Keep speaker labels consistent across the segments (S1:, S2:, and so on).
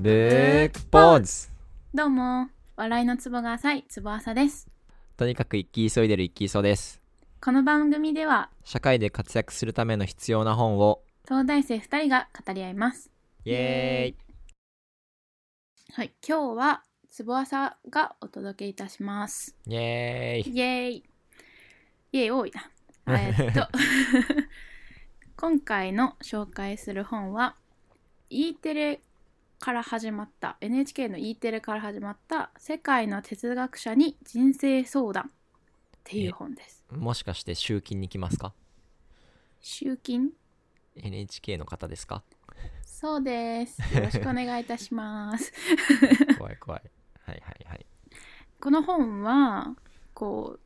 S1: レッポーズ
S2: どうも、笑いのツボが浅いツボ浅です。
S1: とにかく生き急いでる生き急です。
S2: この番組では、
S1: 社会で活躍するための必要な本を。
S2: 東大生2人が語り合います。
S1: イエーイ
S2: はい、今日はツボ浅がお届けいたします。
S1: イエーイ
S2: イエーイイエーイ多い な。えっと、 今回の紹介する本は、E テレから始まった、NHK の E テレから始まった、世界の哲学者に人生相談っていう本です。
S1: もしかして集金に来ますか
S2: 集金
S1: ?NHK の方ですか
S2: そうです。よろしくお願いいたし ます。
S1: 怖い怖い。はいはいはい。
S2: この本はこう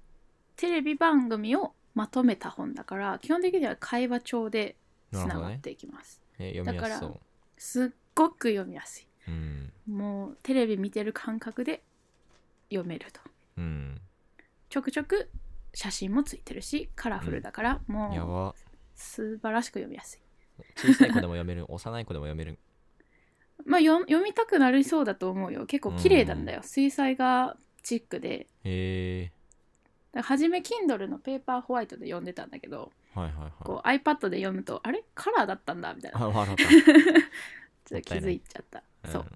S2: テレビ番組をまとめた本だから基本的には会話帳でつながっていきます、
S1: えー読みやすそ
S2: だ
S1: う。
S2: すっごく読みやす
S1: うん。
S2: いもうテレビ見てる感覚で読めると
S1: うん。
S2: ちょくちょく写真もついてるしカラフルだから、
S1: や
S2: もう
S1: ば。
S2: 素晴らしく読みやすい
S1: 小さい子でも読める。幼い子でも読める。
S2: まあ読読みたくなりそうだと思うよ結構綺麗なんだよ、水彩画チックで
S1: え
S2: だから初め Kindle のペーパーホワイトで読んでたんだけど、
S1: ー。はいはいはい。
S2: こう iPad で読むとあれカラーだったんだみたいな
S1: あ、笑っ
S2: ちょっと気づいちゃった。
S1: た。
S2: そ
S1: ん
S2: う。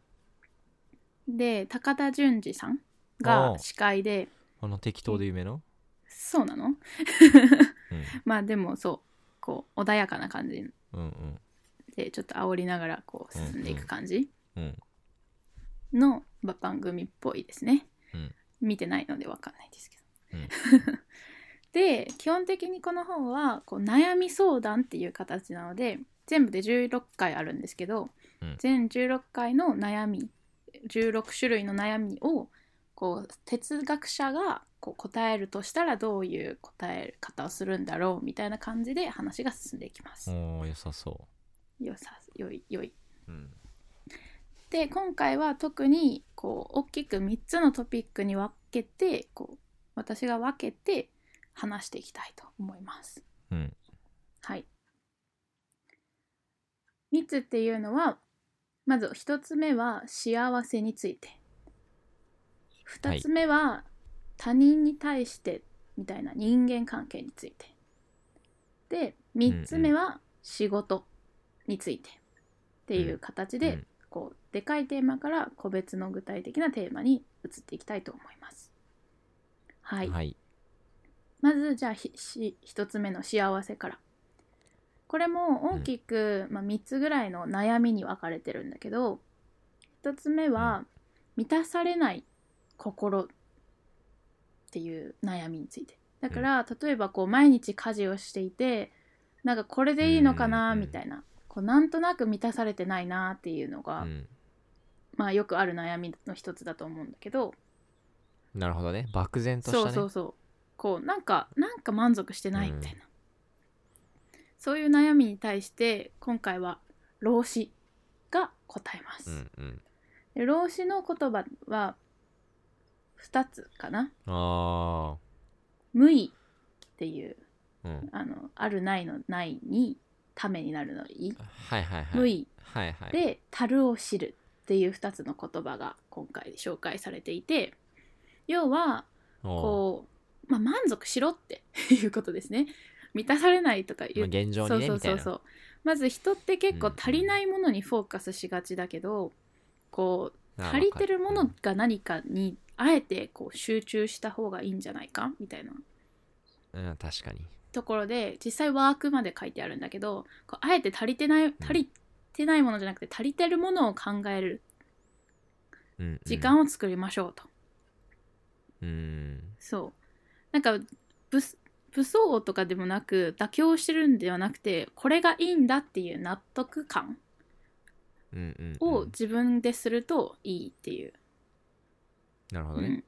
S2: で、高田純次さん
S1: お
S2: が
S1: う
S2: 司会で、
S1: あの適当で有名の
S2: そうなの
S1: うん。
S2: まあでもそう、こう、穏やかな感じ
S1: うんうん。
S2: で、ちょっと煽りながらこう進んでいく感じ
S1: うん。
S2: のば番組っぽいですね。
S1: うん
S2: 見てないのでわかんないですけど。
S1: うん
S2: で、基本的にこの本はこう悩み相談っていう形なので、全部で16回あるんですけど、
S1: うん
S2: 全16回の悩み、16種類の悩みをこう哲学者がこう答えるとしたらどういう答え方をするんだろうみたいな感じで話が進んでいきます。
S1: おー、良さそ
S2: よさ、よい、よい。
S1: う。うん。
S2: で今回は特にこう大きく3つのトピックに分けてこう私が分けて話していきたいと思います。
S1: うん。
S2: はい、3つっていうのはまず1つ目は幸せについて2つ目は他人に対してみたいな人間関係についてで3つ目は仕事についてっていう形で、
S1: うん
S2: こうでかいテーマから個別の具体的なテーマに移っていきたいと思います。はい、
S1: はい。
S2: まずじゃあひし1つ目の幸せから。これも大きく、まあ、3つぐらいの悩みに分かれてるんだけど1つ目は、
S1: う
S2: 満たされない心っていう悩みについてだから、例えばこう毎日家事をしていてなんかこれでいいのか
S1: うんうん
S2: な
S1: うん
S2: みたいな、こうなんとなく満たされてないなっていうの
S1: う
S2: が、
S1: ん。
S2: まあよくある悩みの一つだと思うんだけど、
S1: なるほどね。漠然とし
S2: そう
S1: た
S2: そう
S1: ね。
S2: そうこうなんかなんか満足してないみたいな、
S1: う
S2: そういう悩みに対して今回は老子が答えます、
S1: うんうん。
S2: で老子の言葉は2つかな
S1: あ
S2: 「無為」っていう
S1: あ。うん。
S2: あのあるないのないにためになるのいい
S1: はいはいはい。
S2: 無為
S1: はいはい。
S2: で「樽を知る」っていう2つの言葉が今回紹介されていて要は
S1: お
S2: こう、まあ、満足しろって いうことですね満たされないとか
S1: う、ま
S2: 言
S1: あ、
S2: う、
S1: 現状
S2: そ
S1: にね
S2: うそう
S1: みた
S2: そ
S1: いうな。
S2: そうまず人って結構足りないものにフォーカスしがちだけど、こう
S1: ああ
S2: 足りてるも
S1: わ
S2: の
S1: かる
S2: が何かにあえてこう集中した方がいいんじゃないかみたいな
S1: うん、うん確かに。
S2: ところで実際ワークまで書いてあるんだけどこうあえて足りてない足りてないものじゃなくて足りてるものを考える
S1: うんうん、
S2: 時間を作りましょうと。
S1: うん。
S2: そうなんか武武装とかでもなく妥協してるんではなくてこれがいいんだっていう納得感
S1: うんうんうん。
S2: を自分でするといいっていう、
S1: なるほ
S2: う
S1: どね。
S2: ん、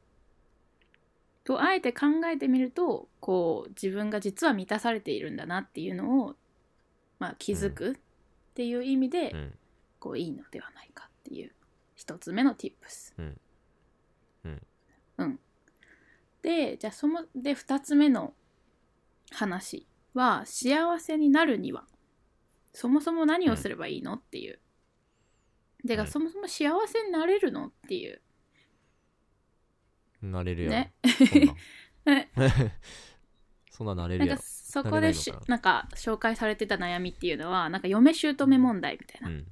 S2: とあえて考えてみるとこう自分が実は満たされているんだなっていうのを、まあ、気づくっていう意味で、
S1: うん。
S2: こういいのではないかっていう一つ目の tips。
S1: うんうん
S2: うんでじゃあそので二つ目の話は幸せになるにはそもそも何をすればいいのっていうでが、
S1: うん
S2: そもそも幸せになれるのっていう
S1: なれるやん
S2: ね
S1: そんなん
S2: ね
S1: そんなんなれ
S2: な
S1: る
S2: ん
S1: や
S2: か
S1: ろ
S2: そこでし
S1: なれないのか
S2: なんか紹介されてた悩みっていうのはなんか嫁姑問題みたいな、
S1: うんう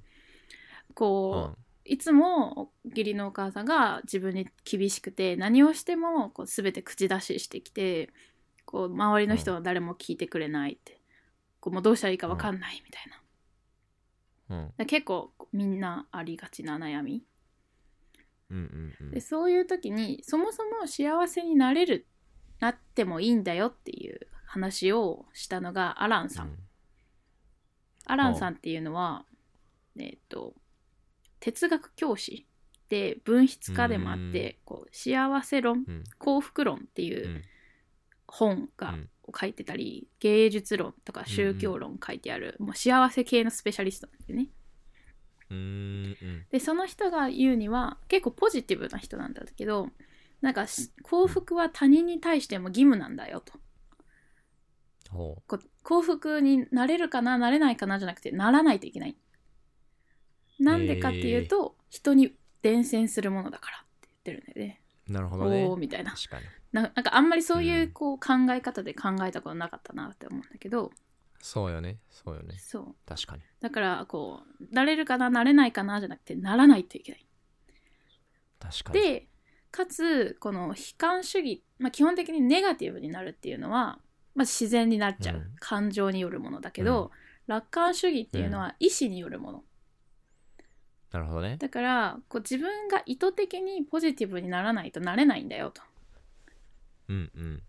S2: こう、
S1: ん
S2: いつも義理のお母さんが自分に厳しくて何をしてもこう全て口出ししてきてこう周りの人は誰も聞いてくれないって、こうもうどうしたらいいか分かんないみたいな、だか
S1: うん
S2: ら結構こうみんなありがちな悩み、
S1: うんうんうん
S2: でそういう時にそもそも幸せになれるなってもいいんだよっていう話をしたのがアランさん、アランさんっていうのはえっ、と哲学教師で文筆家でもあってこう幸せ論
S1: うん
S2: 幸福論って
S1: う
S2: いうん本が、
S1: うん
S2: を書いてたり芸術論とか宗教論書いてある、もう幸せ系のスペシャリストなんですよね。
S1: うんうん
S2: でその人が言うには結構ポジティブな人なんだけどなんかし幸福は他人に対しても義務なんだよと
S1: ほ
S2: こう幸福になれるかななれないかなじゃなくてならないといけないなんでかっていうと、人に伝染するものだからって言ってるんだよね
S1: うなるほどね
S2: おおーみたいな
S1: 確かに
S2: ななんかあんまりそういううんこう考え方で考えたことなかったなって思うんだけど、
S1: そうよねそうよね
S2: そう
S1: 確かに
S2: だからこうなれるかななれないかなじゃなくてならないといけない
S1: 確かに
S2: でかつこの悲観主義、まあ、基本的にネガティブになるっていうのは、まあ、自然になっちゃう、
S1: うん
S2: 感情によるものだけど、楽観主義っていうのは意思によるもの、
S1: なるほどね
S2: だからこう自分が意図的にポジティブにならないとなれないんだよと
S1: うんうん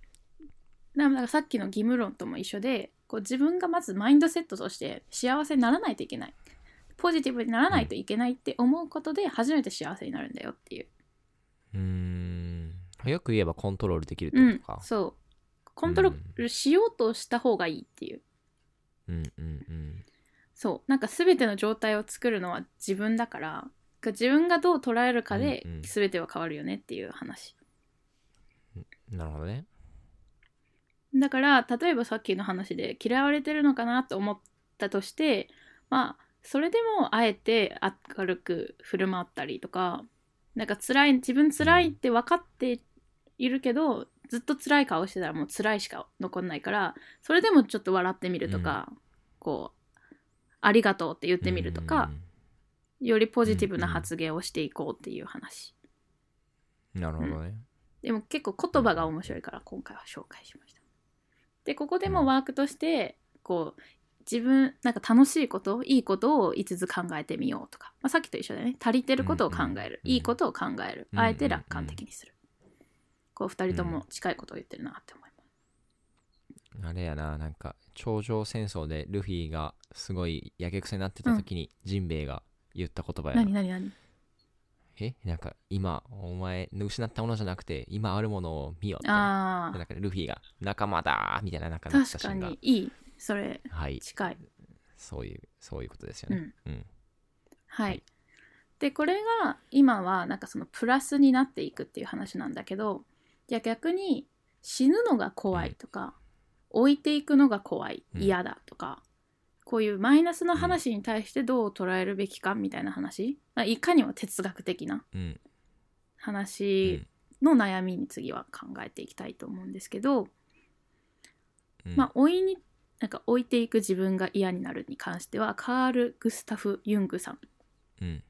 S2: だからさっきの義務論とも一緒でこう自分がまずマインドセットとして幸せにならないといけないポジティブにならないといけないって思うことで初めて幸せになるんだよっていう、
S1: うーんよく言えばコントロールできるっ
S2: う
S1: て
S2: ん
S1: ことか、
S2: そうコントロールしようとした方がいいっていう
S1: うん、うんうん
S2: そうなんか全ての状態を作るのは自分だから自分がどう捉えるかで
S1: うんうん
S2: 全ては変わるよねっていう話、
S1: なるほどね
S2: だから例えばさっきの話で嫌われてるのかなと思ったとしてまあそれでもあえて明るく振る舞ったりとかなんか辛い自分辛いって分かっているけど、ずっと辛い顔してたらもう辛いしか残んないからそれでもちょっと笑ってみるとか、こう「ありがとう」って言ってみるとか、よりポジティブな発言をしていこうっていう話、
S1: うんなるほどね、
S2: でも結構言葉が面白いから今回は紹介しましたでここでもワークとしてこう自分なんか楽しいこといいことを5つ考えてみようとか、まあ、さっきと一緒だよね足りてることを考える、
S1: うんうん
S2: いいことを考える、
S1: うん
S2: あえて楽観的にする、こう2人とも近いことを言ってるなって思います
S1: あれやななんか頂上戦争でルフィがすごいやけくせになってた時にジンベエが言った言葉やな、
S2: 何何何
S1: えなんか今お前失ったものじゃなくて今あるものを見よみたいな
S2: あ
S1: で
S2: ー
S1: なんかルフィが仲間だーみたいななんかなった
S2: 確
S1: シ
S2: か
S1: ーンが
S2: にいいそれ
S1: はい
S2: 近い
S1: そういうそういうことですよねうん
S2: はい、
S1: はい
S2: でこれが今はなんかそのプラスになっていくっていう話なんだけどいや逆に死ぬのが怖いとか、置いていくのが怖い
S1: うん
S2: 嫌だとか、こういうマイナスの話に対してどう捉えるべきかみたいな話、まあ、いかにも哲学的な
S1: うん
S2: 話の悩みに次は考えていきたいと思うんですけど、
S1: うん
S2: まあ老いになんか置いていく自分が嫌になるに関してはカール・グスタフ・ユングさん
S1: うん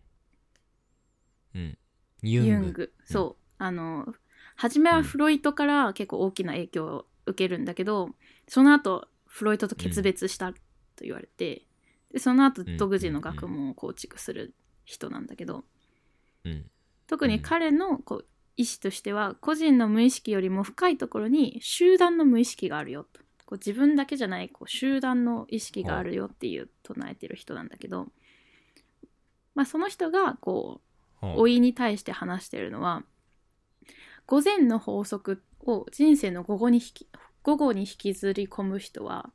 S1: うんユ
S2: ユ
S1: ング
S2: ングそう、あの初めはフロイトから結構大きな影響を受けるんだけど、その後フロイトと決別したと言われて、でその後
S1: ん
S2: 独自の学問を構築する人なんだけど、
S1: うん
S2: 特に彼のこう意思としては個人の無意識よりも深いところに集団の無意識があるよとこう自分だけじゃないこう集団の意識があるよっていう唱えてる人なんだけど、まあ、その人がこう
S1: ほう
S2: 老いに対して話してるのは午前の法則を人生の午後に引き午後に引きずり込む人は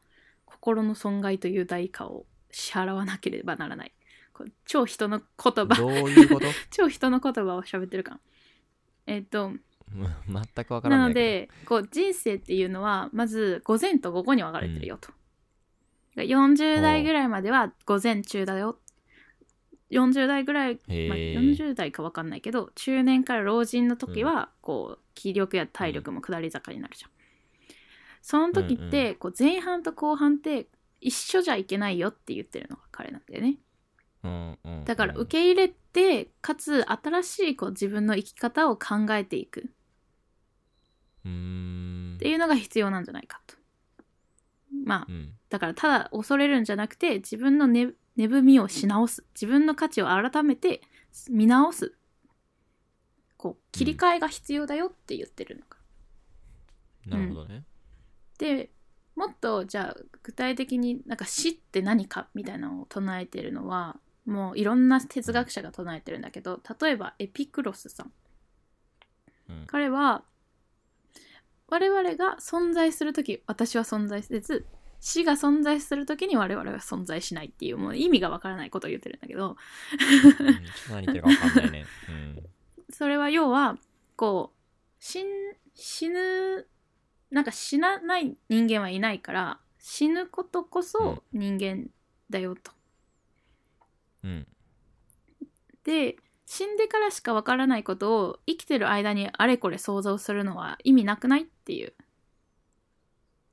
S2: 心の損害という代価を支払わなければならないこう超人の言葉
S1: どういうこと
S2: 超人の言葉を喋ってるかんえっと
S1: うん全くわから
S2: な
S1: ないけど
S2: のでこう人生っていうのはまず午前と午後に分かれてるよと、40代ぐらいまでは午前中だよ40代ぐらい、
S1: へえ、
S2: まあ、40代か分かんないけど中年から老人の時はこう気力や体力も下り坂になるじゃん。その時っ
S1: うん
S2: てこう前半と後半って一緒じゃいけないよって言ってるのが彼なんだよね。
S1: うんうんうん
S2: だから受け入れてかつ新しいこう自分の生き方を考えていくっ
S1: うーん
S2: ていうのが必要なんじゃないかと。まあ
S1: うん
S2: だからただ恐れるんじゃなくて自分の根根踏みをし直す自分の価値を改めて見直すこう切り替えが必要だよって言ってるのか。
S1: なるほどね、
S2: でもっとじゃあ具体的になんか死って何かみたいなのを唱えてるのはもういろんな哲学者が唱えてるんだけど例えばエピクロスさん
S1: うん
S2: 彼は我々が存在する時私は存在せず死が存在する時に我々は存在しないっていうもう意味がわからないことを言ってるんだけど
S1: うん、ちょっと何言ってるか分かんないね、
S2: それは要はこう死ん死ぬなんか死なない人間はいないから死ぬことこそ人間だよと。
S1: うんうん、
S2: で死んでからしかわからないことを生きてる間にあれこれ想像するのは意味なくないっていう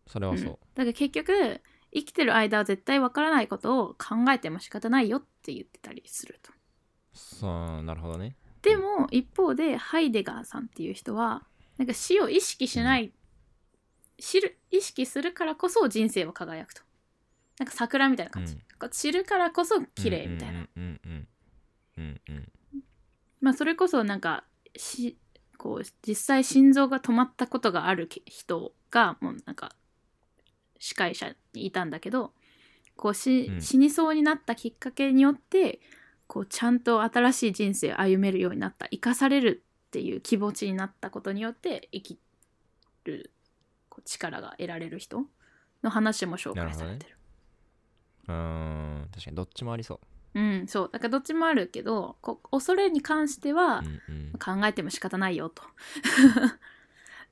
S1: それはそう、
S2: だから結局生きてる間は絶対わからないことを考えても仕方ないよって言ってたりすると。
S1: そうなるほどね
S2: でも一方でハイデガーさんっていう人はなんか死を意識しない、知る意識するからこそ人生は輝くとなんか桜みたいな感じ、
S1: うん
S2: こう知るからこそ綺麗みたい
S1: う
S2: な、
S1: んうんうんうんうん
S2: まあそれこそなんかしこう実際心臓が止まったことがあるけ人がもうなんか司会者にいたんだけどこうし、
S1: うん
S2: 死にそうになったきっかけによってこうちゃんと新しい人生を歩めるようになった生かされるっていう気持ちになったことによって生きるこう力が得られる人の話も紹介され
S1: うんうん
S2: てる。
S1: うん確かにどっちもありそう
S2: うん、そうだからどっちもあるけどこう恐れに関しては
S1: うんうん
S2: 考えても仕方ないよと。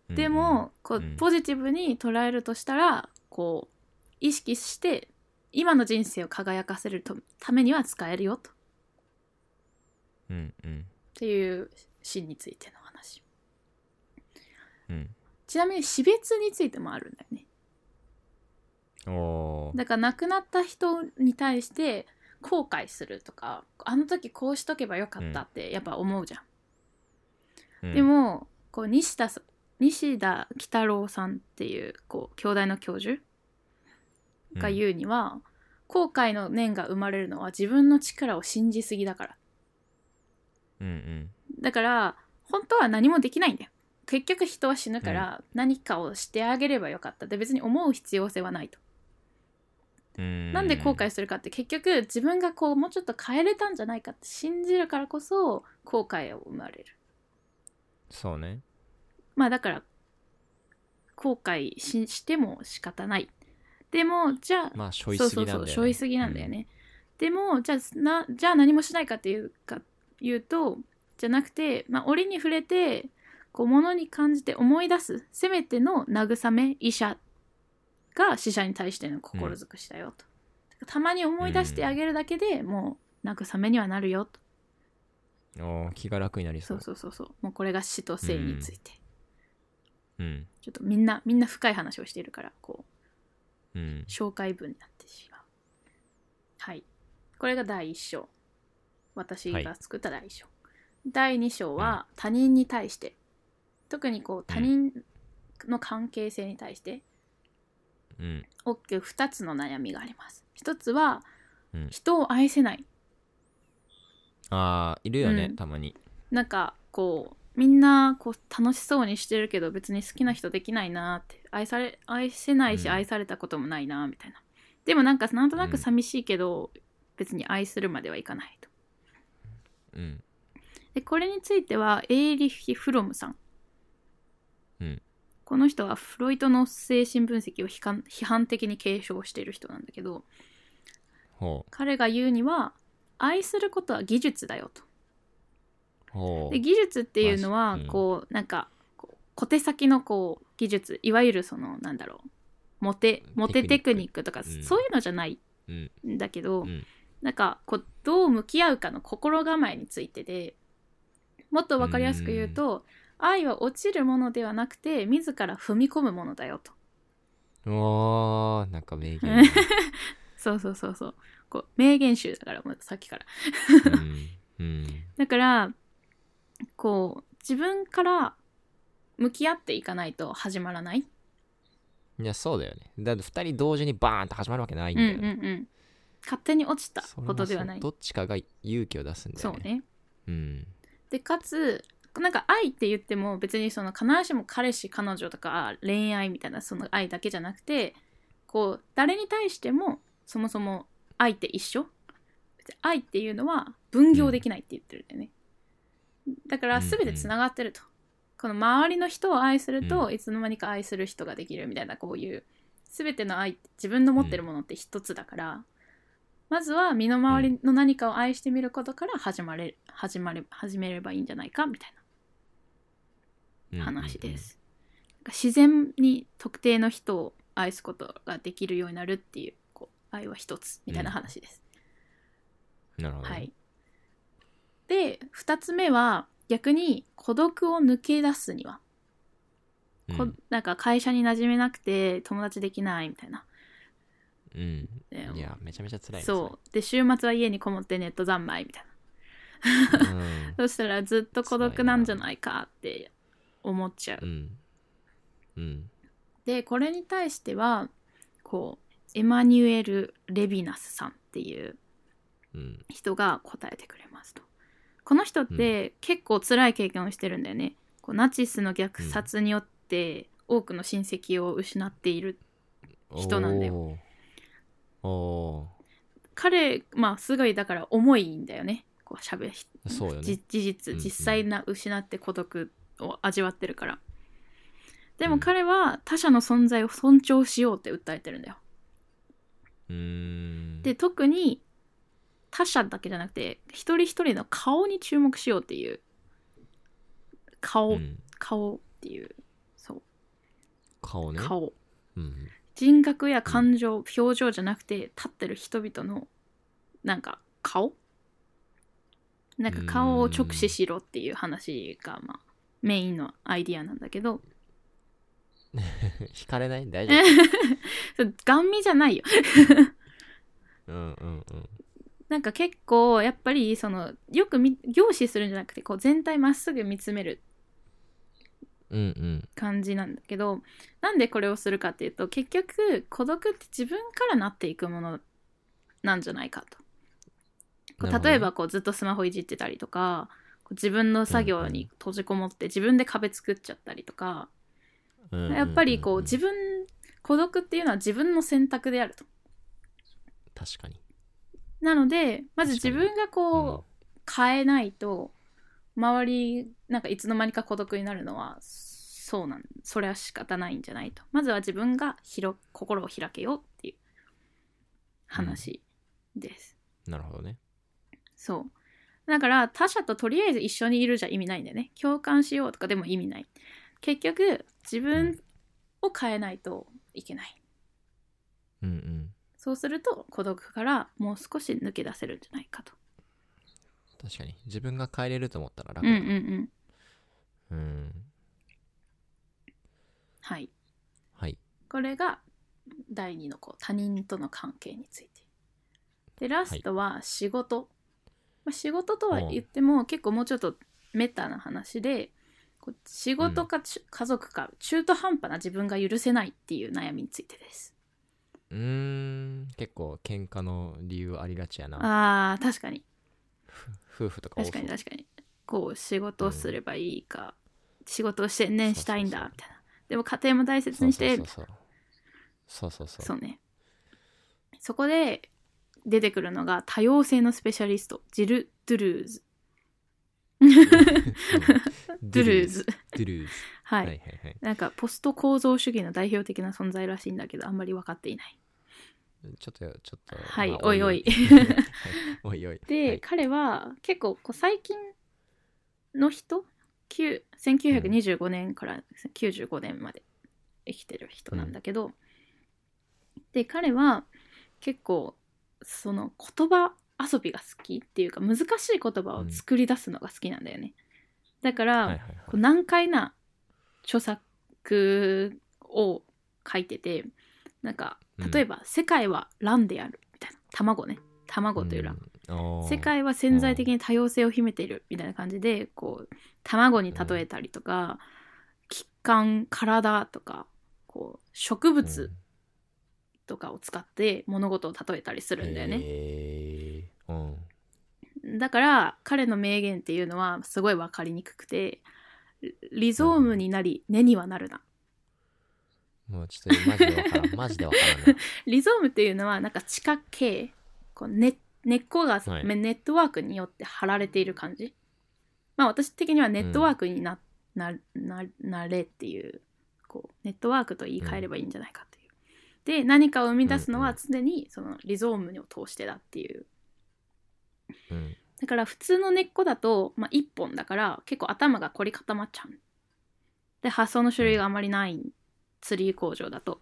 S1: うん
S2: でも、こう
S1: うん
S2: ポジティブに捉えるとしたらこう意識して今の人生を輝かせるとためには使えるよとっ
S1: うんうん
S2: ていう死についての話
S1: うん
S2: ちなみに死別についてもあるんだよね
S1: うんおー
S2: だから亡くなった人に対して後悔するとかあの時こうしとけばよかったってやっぱ思うじゃん、
S1: うん
S2: でもこう西田さ西田喜太郎さんっていうこう京大の教授が言うには、後悔の念が生まれるのは自分の力を信じすぎだから
S1: うんうん
S2: だから本当は何もできないんだよ結局人は死ぬから何かをしてあげればよかったで別に思う必要性はないと、
S1: うん
S2: なんで後悔するかって結局自分がこうもうちょっと変えれたんじゃないかって信じるからこそ後悔を生まれる
S1: そうね
S2: まあだから後悔ししても仕方ないでもじゃあ
S1: まあしょいすぎなんだよ、ね、
S2: そうそうそう背負いすぎなんだよね、でもじゃあなじゃあ何もしないかっていうか言うとじゃなくて、まあ、折に触れてこう物に感じて思い出すせめての慰め医者が死者に対しての心づくしだよと、たまに思い出してあげるだけでもう慰めにはなるよ
S1: う
S2: と、
S1: んおー気が楽になりそ
S2: そううそうそうそうもうこれが死と生について、
S1: うん
S2: ちょっとみんなみんな深い話をしているからこう
S1: うん
S2: 紹介文になってしまうはいこれが第1章私が作った第1章、第2章は他人に対して、特にこう他人の関係性に対して
S1: うん
S2: 大きく2つの悩みがあります1つは
S1: うん
S2: 人を愛せない
S1: ああいるよね、
S2: うん
S1: たまに
S2: なんかこうみんなこう楽しそうにしてるけど別に好きな人できないなーって愛され愛せないし
S1: うん
S2: 愛されたこともないなーみたいな、でもなんかなんとな
S1: う
S2: く
S1: ん
S2: 寂しいけど、別に愛するまではいかないと
S1: うん
S2: でこれについてはエーリヒ・フロムさん、
S1: うん
S2: この人はフロイトの精神分析を批判批判的に継承している人なんだけど
S1: ほ
S2: 彼が言うには愛することは技術だよと
S1: うほう
S2: で技術っていうのは
S1: マジうん
S2: こうなんかこう小手先のこう技術いわゆるそのなんだろうモテモテテ
S1: テク
S2: ク
S1: ニ
S2: ニックとか
S1: うん
S2: そういうのじゃない
S1: うん
S2: んだけど、
S1: うん
S2: なんかこうどう向き合うかの心構えについてでもっと分かりやすく言うと愛は落ちるものではなくて自ら踏み込むものだよと
S1: おーなんか名 言だね、
S2: そうそうそうそうこう名言集だからもうさっきから
S1: うんうん
S2: だからこう自分から向き合っていかないと始まらない
S1: いやそうだよねだって2人同時にバーンと始まるわけないん
S2: うん
S1: だ
S2: う
S1: よ
S2: ん
S1: ね、
S2: うん勝手に落ちた
S1: それ
S2: こ
S1: は
S2: とで
S1: そ
S2: はない
S1: どっちかが勇気を出すんだ
S2: そ
S1: よ
S2: う
S1: ね
S2: ね
S1: うん
S2: でかつなんか愛って言っても別にその必ずしも彼氏彼女とか恋愛みたいなその愛だけじゃなくてこう誰に対してもそもそも愛って一緒別に愛っていうのは分業できないって言ってるんだよね、だから全てつながってると、この周りの人を愛すると、
S1: う
S2: いつの間にか愛する人ができるみたいなこういう全ての愛って自分の持ってるものって一つだから、まずは身の回りの何かを愛してみることから始まれ始まれ始めればいいんじゃないかみたい
S1: うんうんう
S2: なん話です。なんか自然に特定の人を愛すことができるようになるっていうこう愛は一つみたいな話です。
S1: なるほど、
S2: はい、で2つ目は逆に孤独を抜け出すには、
S1: うん、
S2: こなんか会社に馴染めなくて友達できないみたいな。
S1: うん
S2: ね
S1: いやめちゃめちゃ辛いですね
S2: そうで週末は家にこもってネット三昧みたいな。
S1: うん
S2: そしたらずっと孤独なんじゃないかって思っちゃう
S1: う。んうん
S2: でこれに対してはこうエマニュエル・レビナスさんっていう
S1: うん
S2: 人が答えてくれますとこの人って結構辛い経験をしてるんだよね、こうナチスの虐殺によって多くの親戚を失っている人なんだよ
S1: よおーお
S2: 彼まあすごいだから重いんだよねこうしゃべ
S1: ーそうよね
S2: じ事
S1: うんう
S2: 実
S1: ん
S2: 実際な失って孤独を味わってるから、で
S1: う
S2: も
S1: ん
S2: 彼は他者の存在を尊重しようって訴えてるんだよ
S1: うーん
S2: で特に他者だけじゃなくて一人一人の顔に注目しようっていう
S1: う
S2: 顔、
S1: ん
S2: 顔っていうそう
S1: 顔ね
S2: 顔
S1: うん
S2: 人格や感情、表情じゃなくて立ってる人々のなんか顔なんか顔を直視しろっていう話が、まあ、メインのアイディアなんだけど
S1: 惹かれない大丈
S2: そう顔見じゃないよ
S1: 夫うんうんうん
S2: なんか結構やっぱりそのよくみ凝視するんじゃなくてこう全体まっすぐ見つめる
S1: うんうん
S2: 感じなんだけどなんでこれをするかっていうと結局孤独って自分からなっていくものなんじゃないかと。こ
S1: なるほ
S2: う
S1: どね
S2: 例えばこうずっとスマホいじってたりとかこう自分の作業に閉じこもって自分で壁作っちゃったりとか、
S1: うんうんうん
S2: やっぱりこう自分孤独っていうのは自分の選択であると。
S1: 確かに
S2: なのでまず自
S1: 確かに
S2: 分が
S1: うん
S2: こう変えないと周りなんかいつの間にか孤独になるのはそうなんそれは仕方ないんじゃないとまずは自分が広心を開けようっていう話です、
S1: なるほどね
S2: そうだから他者ととりあえず一緒にいるじゃ意味ないんだよね共感しようとかでも意味ない結局自分を変えないといけない
S1: うんうん
S2: そうすると孤独からもう少し抜け出せるんじゃないかと
S1: 確かに自分が変えれると思ったら
S2: うん
S1: 楽
S2: うんう
S1: だ
S2: ん
S1: うん
S2: はい
S1: はい
S2: これが第2のこう他人との関係についてでラストは仕事、まあ、仕事とは言っても結構もうちょっとメタな話でこう仕事かちゅ、家族か中途半端な自分が許せないっていう悩みについてです
S1: うーん結構喧嘩の理由ありがちやな
S2: あー確かに
S1: 夫婦とか多そ
S2: 確
S1: う
S2: かに確かにこう仕事をすればいいか、仕事を専念したいんだ
S1: そうそうそう
S2: みたいなでも家庭も大切にして
S1: そうそうそうそうそうそう
S2: そうねそこで出てくるのが多様性のスペシャリストジル・ドゥルーズ ドゥルーズ
S1: ドゥルーズ
S2: は、
S1: はいいはいはい
S2: なんかポスト構造主義の代表的な存在らしいんだけどあんまり分かっていない
S1: ちょっとちょっと
S2: はい
S1: まあ
S2: おいおい
S1: はいおいおい
S2: で、
S1: はい
S2: 彼は結構こう最近の人9 1925年から95年まで生きてる人なんだけど、で彼は結構その言葉遊びが好きっていうか難しい言葉を作り出すのが好きなんだよね。だから、
S1: はいはい
S2: こう難解な著作を書いててなんか
S1: うん
S2: 例えば「世界は卵である」みたいな卵ね卵という卵、世界は潜在的に多様性を秘めているみたいな感じでこう卵に例えたりとか、血管体とかこう植物とかを使って物事を例えたりす
S1: す
S2: るんだよね。
S1: ね。うん
S2: だから彼の名言っていうのはすごい分かりにくくてリリゾームになり根にはなるな
S1: もうちょっとマジでわからん。マジでわからんな。
S2: リゾームっていうのはなんか地下系こう根根っこが、
S1: はい
S2: ネットワークによって張られている感じまあ私的にはネットワークにな,、なななれっていうこうネットワークと言い換えればいいんじゃないかっていう、で何かを生み出すの
S1: うん
S2: は
S1: うん
S2: 常にそのリゾームを通してだっていう
S1: うん
S2: だから普通の根っこだと、まあ、1本だから結構頭が凝り固まっちゃうで発想の種類があまりないツリー工場だと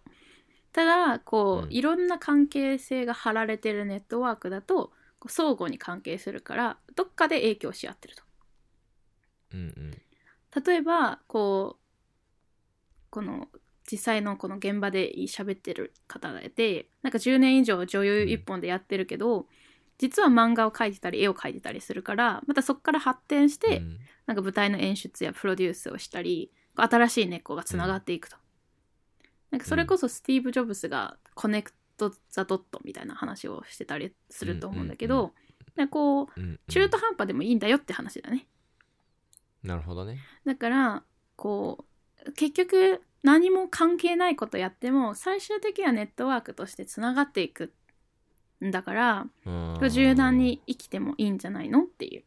S2: ただこう、
S1: うん
S2: いろんな関係性が張られてるネットワークだとこう相互に関係するからどっかで影響し合ってると
S1: うん
S2: 例えばこうこの実際のこの現場で喋ってる方がいてなんか10年以上女優一本でやってるけど、実は漫画を描いてたり絵を描いてたりするからまたそこから発展し
S1: うん。
S2: て、
S1: うん
S2: なんか舞台の演出やプロデュースをしたり新しい根っこがつながっていくと、なんかそれこそスティーブ・ジョブスがコネクト・ザ・ドットみたいな話をしてたりすると思うんだけど、
S1: うんうん
S2: なんかこ
S1: う
S2: う
S1: んうん
S2: 中途半端でもいいんだよって話だね、
S1: なるほどね。
S2: だからこう結局何も関係ないことやっても最終的にはネットワークとしてつながっていくんだから
S1: うん
S2: 柔軟に生きてもいいんじゃないのってい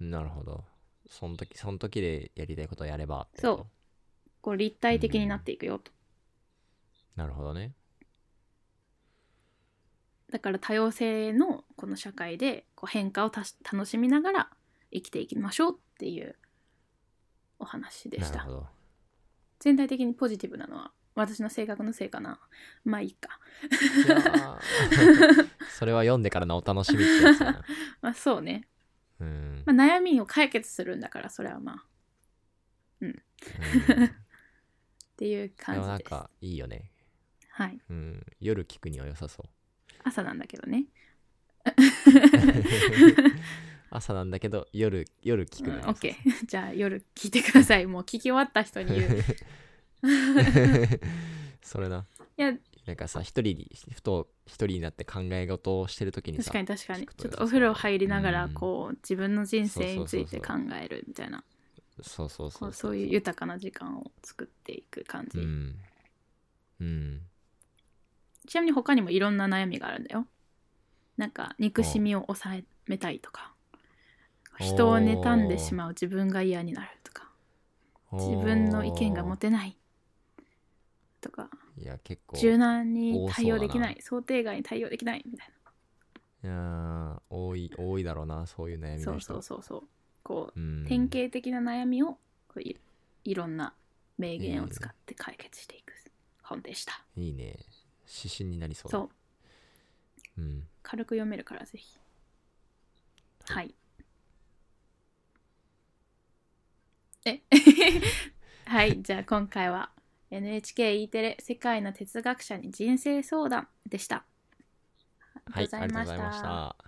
S2: う
S1: なるほど。その時その時でやりたいことをやればって
S2: そうこう立体的になっていくよと、
S1: う。なるほどね。
S2: だから多様性のこの社会でこう変化をたし楽しみながら生きていきましょうっていうお話でし
S1: なる
S2: た
S1: ほど。
S2: 全体的にポジティブなのは私の性格のせいかなまあいいか
S1: いやー それは読んでからのお楽しみってやつだな。
S2: まあそうね、
S1: うん。
S2: まあ、悩みを解決するんだからそれはまあ
S1: うん
S2: っていう
S1: でもな
S2: 感
S1: ん
S2: じです。
S1: かいいよね。
S2: はい、
S1: うん。夜聞くには良さそう。
S2: 朝なんだけどね。
S1: 朝なんだけど夜夜聞く
S2: うん
S1: の、
S2: オッケー。 じゃあ夜聞いてください。もう聞き終わった人 に言う。
S1: それない
S2: や
S1: なんかさ一人にふと一人になって考え事をしてる時に
S2: 確
S1: さ
S2: かに確かに。
S1: 聞く
S2: ちょ
S1: と
S2: っとお風呂入りなが
S1: う
S2: ら
S1: ん
S2: こう自分の人生につい
S1: そう
S2: て
S1: そう
S2: 考
S1: そう
S2: えるみたいな
S1: そうそうそ
S2: こ
S1: う
S2: うそういう豊かな時間を作っていく感
S1: う
S2: じ。
S1: ん、うん、
S2: ちなみに他にもいろんな悩みがあるんだよ。なんか憎しみを抑えめたいとか人を妬んでしまう自分が嫌になるとか自分の意見が持てないとか
S1: いや結構
S2: 柔軟に
S1: 多そう
S2: 対
S1: だ
S2: 応
S1: な
S2: できない想定外に対応できないみたい
S1: いやー多い多いだろうなそういう悩
S2: な
S1: み
S2: そ
S1: の
S2: う
S1: 人
S2: そうそうそうこう、
S1: うん
S2: 典型的な悩みをこういいろんな名言を使って解決していく本でした、
S1: いいね指針になりそうだ
S2: そう
S1: うん
S2: 軽く読めるからぜひはい、え はいじゃあ今回は NHKE テレ「世界の哲学者に人生相談」でしたあ
S1: はいありがとうご
S2: し
S1: ざい
S2: た
S1: ました